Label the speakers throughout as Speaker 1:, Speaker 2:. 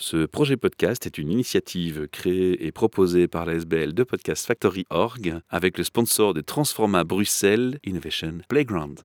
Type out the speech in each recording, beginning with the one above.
Speaker 1: Ce projet podcast est une initiative créée et proposée par la SBL de Podcast Factory Org avec le sponsor de Transforma Bruxelles Innovation Playground.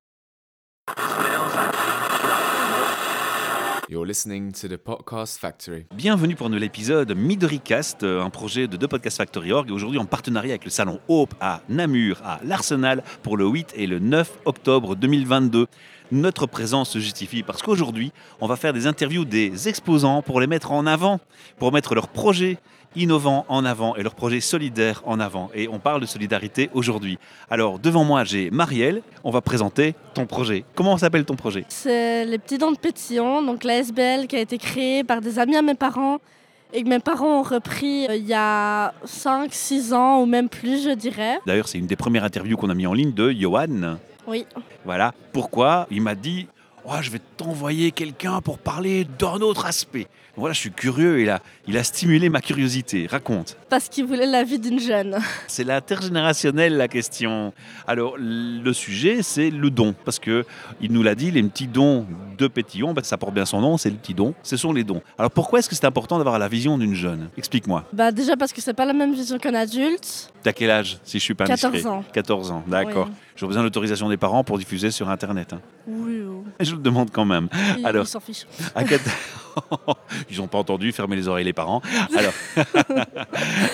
Speaker 2: You're listening to the Podcast Factory.
Speaker 1: Bienvenue pour un nouvel épisode Midoricast, euh, un projet de The Podcast Factory Org, et aujourd'hui en partenariat avec le salon Hope à Namur, à l'Arsenal, pour le 8 et le 9 octobre 2022. Notre présence se justifie parce qu'aujourd'hui, on va faire des interviews des exposants pour les mettre en avant, pour mettre leurs projets innovants en avant et leurs projets solidaires en avant. Et on parle de solidarité aujourd'hui. Alors, devant moi, j'ai Marielle. On va présenter ton projet. Comment s'appelle ton projet
Speaker 3: C'est les petits dents de pétillon, donc la SBL qui a été créée par des amis à mes parents et que mes parents ont repris euh, il y a 5-6 ans ou même plus, je dirais.
Speaker 1: D'ailleurs, c'est une des premières interviews qu'on a mis en ligne de Johan.
Speaker 3: Oui.
Speaker 1: Voilà pourquoi il m'a dit Oh, je vais t'envoyer quelqu'un pour parler d'un autre aspect. Voilà, je suis curieux, il a, il a stimulé ma curiosité. Raconte.
Speaker 3: Parce qu'ils voulaient la vie d'une jeune.
Speaker 1: C'est l'intergénérationnel la question. Alors, le sujet, c'est le don. Parce que il nous l'a dit, les petits dons de Pétillon, bah, ça porte bien son nom, c'est le petit don, ce sont les dons. Alors, pourquoi est-ce que c'est important d'avoir la vision d'une jeune Explique-moi.
Speaker 3: Bah déjà parce que c'est pas la même vision qu'un adulte.
Speaker 1: T'as quel âge, si je suis pas indiscret
Speaker 3: 14 ans.
Speaker 1: 14 ans, d'accord.
Speaker 3: Oui.
Speaker 1: J'aurais besoin de l'autorisation des parents pour diffuser sur Internet. hein.
Speaker 3: Oui, oui.
Speaker 1: Je le demande quand même.
Speaker 3: Ils-
Speaker 1: Alors.
Speaker 3: Ils s'en fichent.
Speaker 1: À quat- Ils n'ont pas entendu, fermez les oreilles les parents. Alors,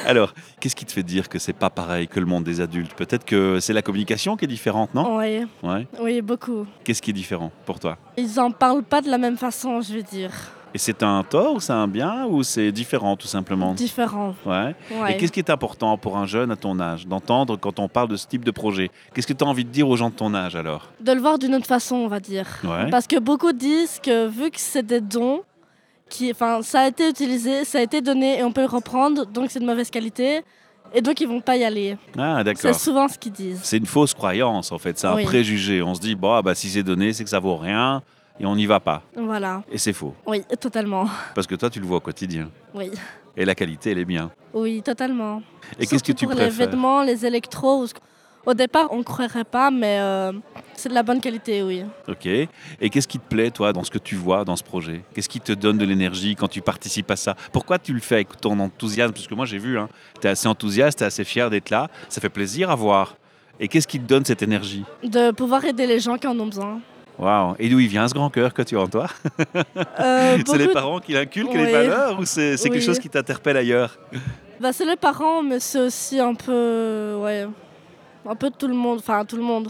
Speaker 1: Alors qu'est-ce qui te fait dire que c'est pas pareil que le monde des adultes Peut-être que c'est la communication qui est différente, non
Speaker 3: Oui,
Speaker 1: Ouais.
Speaker 3: oui, beaucoup.
Speaker 1: Qu'est-ce qui est différent pour toi
Speaker 3: Ils en parlent pas de la même façon, je veux dire.
Speaker 1: Et c'est un tort ou c'est un bien ou c'est différent tout simplement
Speaker 3: Différent.
Speaker 1: Ouais. Et
Speaker 3: Ouais.
Speaker 1: qu'est-ce qui est important pour un jeune à ton âge d'entendre quand on parle de ce type de projet Qu'est-ce que tu as envie de dire aux gens de ton âge alors
Speaker 3: De le voir d'une autre façon, on va dire.
Speaker 1: Ouais.
Speaker 3: Parce que beaucoup disent que vu que c'est des dons, qui, enfin, ça a été utilisé, ça a été donné et on peut le reprendre, donc c'est de mauvaise qualité. Et donc ils vont pas y aller.
Speaker 1: Ah,
Speaker 3: C'est
Speaker 1: d'accord.
Speaker 3: souvent ce qu'ils disent.
Speaker 1: C'est une fausse croyance en fait, c'est un
Speaker 3: Oui.
Speaker 1: préjugé. On se dit, bah, bah si c'est donné, c'est que ça vaut rien et on n'y va pas.
Speaker 3: Voilà.
Speaker 1: Et c'est faux.
Speaker 3: Oui, totalement.
Speaker 1: Parce que toi, tu le vois au quotidien.
Speaker 3: Oui.
Speaker 1: Et la qualité, elle est bien.
Speaker 3: Oui, totalement.
Speaker 1: Et qu'est-ce que
Speaker 3: Surtout
Speaker 1: tu
Speaker 3: pour les
Speaker 1: préfères
Speaker 3: vêtements, les électros. ou ce qu- Au départ, on croirait pas, mais euh, c'est de la bonne qualité, oui.
Speaker 1: Ok. Et qu'est-ce qui te plaît, toi, dans ce que tu vois dans ce projet Qu'est-ce qui te donne de l'énergie quand tu participes à ça Pourquoi tu le fais avec ton enthousiasme Parce que moi, j'ai vu, hein, tu es assez enthousiaste, tu es assez fier d'être là. Ça fait plaisir à voir. Et qu'est-ce qui te donne cette énergie
Speaker 3: De pouvoir aider les gens qui en ont besoin.
Speaker 1: Waouh Et d'où il vient ce grand cœur que tu as en toi
Speaker 3: Euh,
Speaker 1: C'est les
Speaker 3: beaucoup-
Speaker 1: parents qui l'inculquent, les
Speaker 3: Oui.
Speaker 1: valeurs Ou c'est c'est quelque
Speaker 3: Oui.
Speaker 1: chose qui t'interpelle ailleurs
Speaker 3: Bah, c'est les parents, mais c'est aussi un peu. euh, Ouais. Un peu tout le monde. Enfin, tout le monde.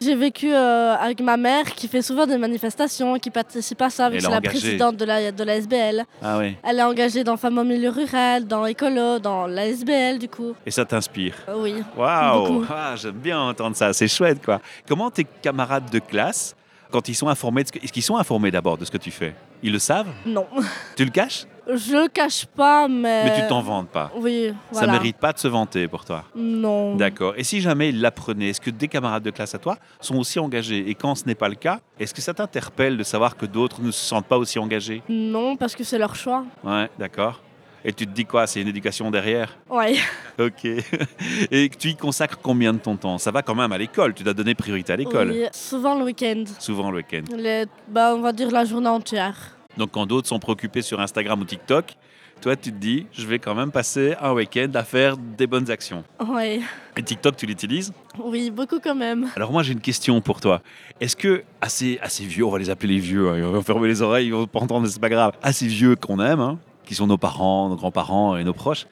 Speaker 3: J'ai vécu euh, avec ma mère qui fait souvent des manifestations, qui participe à ça, vu
Speaker 1: Elle
Speaker 3: que
Speaker 1: est
Speaker 3: c'est la
Speaker 1: engagée.
Speaker 3: présidente de la, de la SBL.
Speaker 1: Ah oui.
Speaker 3: Elle est engagée dans Femmes au milieu rural, dans Écolo, dans la SBL, du coup.
Speaker 1: Et ça t'inspire
Speaker 3: Euh, oui.
Speaker 1: Waouh
Speaker 3: Beaucoup.
Speaker 1: Ah, J'aime bien entendre ça, c'est chouette quoi. Comment tes camarades de classe, quand ils sont informés, de ce que- est-ce qu'ils sont informés d'abord de ce que tu fais Ils le savent
Speaker 3: Non.
Speaker 1: Tu le caches
Speaker 3: Je le cache pas, mais.
Speaker 1: Mais tu t'en vantes pas.
Speaker 3: Oui,
Speaker 1: Ça
Speaker 3: Euh, voilà. Mm.
Speaker 1: mérite pas de se vanter pour toi.
Speaker 3: Non.
Speaker 1: D'accord. Et si jamais ils l'apprenaient, est-ce que des camarades de classe à toi sont aussi engagés Et quand ce n'est pas le cas, est-ce que ça t'interpelle de savoir que d'autres ne se sentent pas aussi engagés
Speaker 3: Non, parce que c'est leur choix.
Speaker 1: Ouais, d'accord. Et tu te dis quoi C'est une éducation derrière
Speaker 3: Ouais.
Speaker 1: Ok. Et tu y consacres combien de ton temps Ça va quand même à l'école. Tu dois donner priorité à l'école.
Speaker 3: Oui, Souvent le week-end.
Speaker 1: Souvent le week-end.
Speaker 3: Les- bah, on va dire la journée entière.
Speaker 1: Donc quand d'autres sont préoccupés sur Instagram ou TikTok, toi tu te dis, je vais quand même passer un week-end à faire des bonnes actions.
Speaker 3: Ouais.
Speaker 1: Et TikTok, tu l'utilises
Speaker 3: Oui, beaucoup quand même.
Speaker 1: Alors moi j'ai une question pour toi. Est-ce que assez assez vieux, on va les appeler les vieux, hein, ils vont fermer les oreilles, ils vont pas entendre, c'est pas grave. Assez vieux qu'on aime, hein, qui sont nos parents, nos grands-parents et nos proches.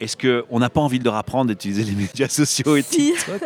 Speaker 1: Est-ce que on n'a pas envie de leur apprendre d'utiliser les médias sociaux et
Speaker 3: Si.
Speaker 1: TikTok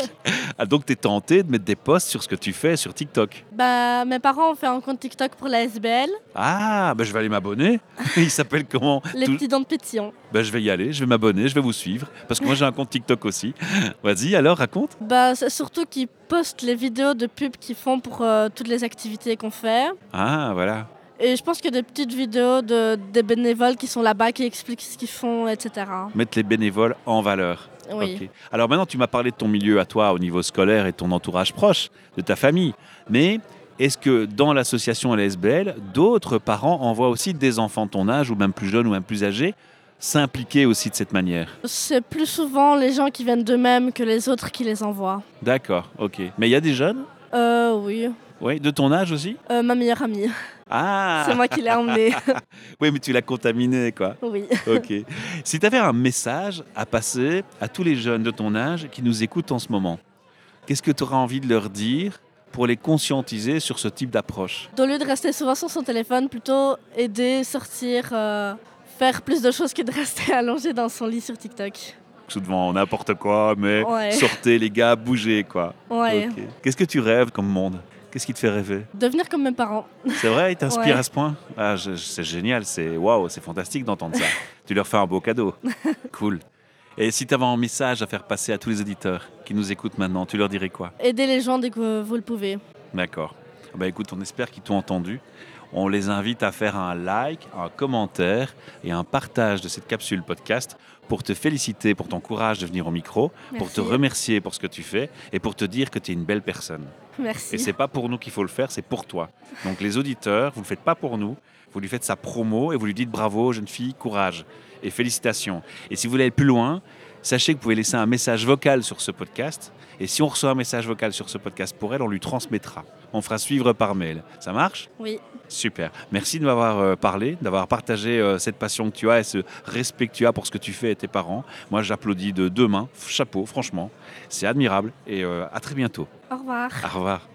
Speaker 1: Ah, Donc tu es tenté de mettre des posts sur ce que tu fais sur TikTok.
Speaker 3: Bah, mes parents ont fait un compte TikTok pour la SBL,
Speaker 1: Ah, ben je vais aller m'abonner. Il s'appelle comment
Speaker 3: les
Speaker 1: Tout-
Speaker 3: petits dents de pétillon.
Speaker 1: Ben, je vais y aller, je vais m'abonner, je vais vous suivre, parce que moi j'ai un compte TikTok aussi. Vas-y, alors raconte.
Speaker 3: Bah, c'est surtout qu'ils postent les vidéos de pub qu'ils font pour euh, toutes les activités qu'on fait.
Speaker 1: Ah, voilà.
Speaker 3: Et je pense que des petites vidéos de, des bénévoles qui sont là-bas, qui expliquent ce qu'ils font, etc.
Speaker 1: Mettre les bénévoles en valeur.
Speaker 3: Oui.
Speaker 1: Ok. Alors maintenant, tu m'as parlé de ton milieu à toi au niveau scolaire et de ton entourage proche, de ta famille. Mais est-ce que dans l'association LSBL, d'autres parents envoient aussi des enfants de ton âge, ou même plus jeunes, ou même plus âgés, s'impliquer aussi de cette manière
Speaker 3: C'est plus souvent les gens qui viennent d'eux-mêmes que les autres qui les envoient.
Speaker 1: D'accord, ok. Mais il y a des jeunes
Speaker 3: Euh, oui.
Speaker 1: Oui, de ton âge aussi
Speaker 3: Euh, ma meilleure amie.
Speaker 1: Ah
Speaker 3: C'est moi qui l'ai emmené.
Speaker 1: Oui, mais tu l'as contaminé, quoi.
Speaker 3: oui.
Speaker 1: Ok. si tu avais un message à passer à tous les jeunes de ton âge qui nous écoutent en ce moment, qu'est-ce que tu auras envie de leur dire pour les conscientiser sur ce type d'approche
Speaker 3: Au lieu de rester souvent sur son téléphone, plutôt aider, sortir, euh, faire plus de choses que de rester allongé dans son lit sur TikTok.
Speaker 1: Souvent, n'importe quoi, mais
Speaker 3: Ouais.
Speaker 1: sortez les gars, bougez, quoi.
Speaker 3: Ouais.
Speaker 1: Ok. Qu'est-ce que tu rêves comme monde Qu'est-ce qui te fait rêver
Speaker 3: Devenir comme mes parents.
Speaker 1: C'est vrai, ils t'inspirent
Speaker 3: Ouais.
Speaker 1: à ce point ah, je- je- C'est génial, c'est waouh, c'est fantastique d'entendre ça. tu leur fais un beau cadeau. Cool. Et si tu avais un message à faire passer à tous les auditeurs qui nous écoutent maintenant, tu leur dirais quoi
Speaker 3: Aider les gens dès que vous le pouvez.
Speaker 1: D'accord. Bah écoute, on espère qu'ils t'ont entendu. On les invite à faire un like, un commentaire et un partage de cette capsule podcast pour te féliciter pour ton courage de venir au micro, pour te
Speaker 3: Merci.
Speaker 1: remercier pour ce que tu fais et pour te dire que tu es une belle personne.
Speaker 3: Merci.
Speaker 1: Et c'est pas pour nous qu'il faut le faire, c'est pour toi. Donc les auditeurs, vous le faites pas pour nous, vous lui faites sa promo et vous lui dites bravo, jeune fille, courage et félicitations. Et si vous voulez aller plus loin, sachez que vous pouvez laisser un message vocal sur ce podcast. Et si on reçoit un message vocal sur ce podcast pour elle, on lui transmettra. On fera suivre par mail. Ça marche
Speaker 3: Oui.
Speaker 1: Super. Merci de m'avoir euh, parlé, d'avoir partagé euh, cette passion que tu as et ce respect que tu as pour ce que tu fais et tes parents. Moi, j'applaudis de deux mains. Chapeau, franchement. C'est admirable. Et euh, à très bientôt.
Speaker 3: Au revoir.
Speaker 1: Au revoir.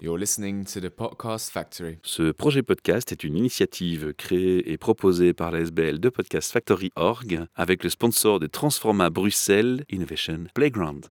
Speaker 2: You're listening to the Podcast Factory.
Speaker 1: Ce projet podcast est une initiative créée et proposée par la SBL de Podcast Factory Org avec le sponsor de Transforma Bruxelles Innovation Playground.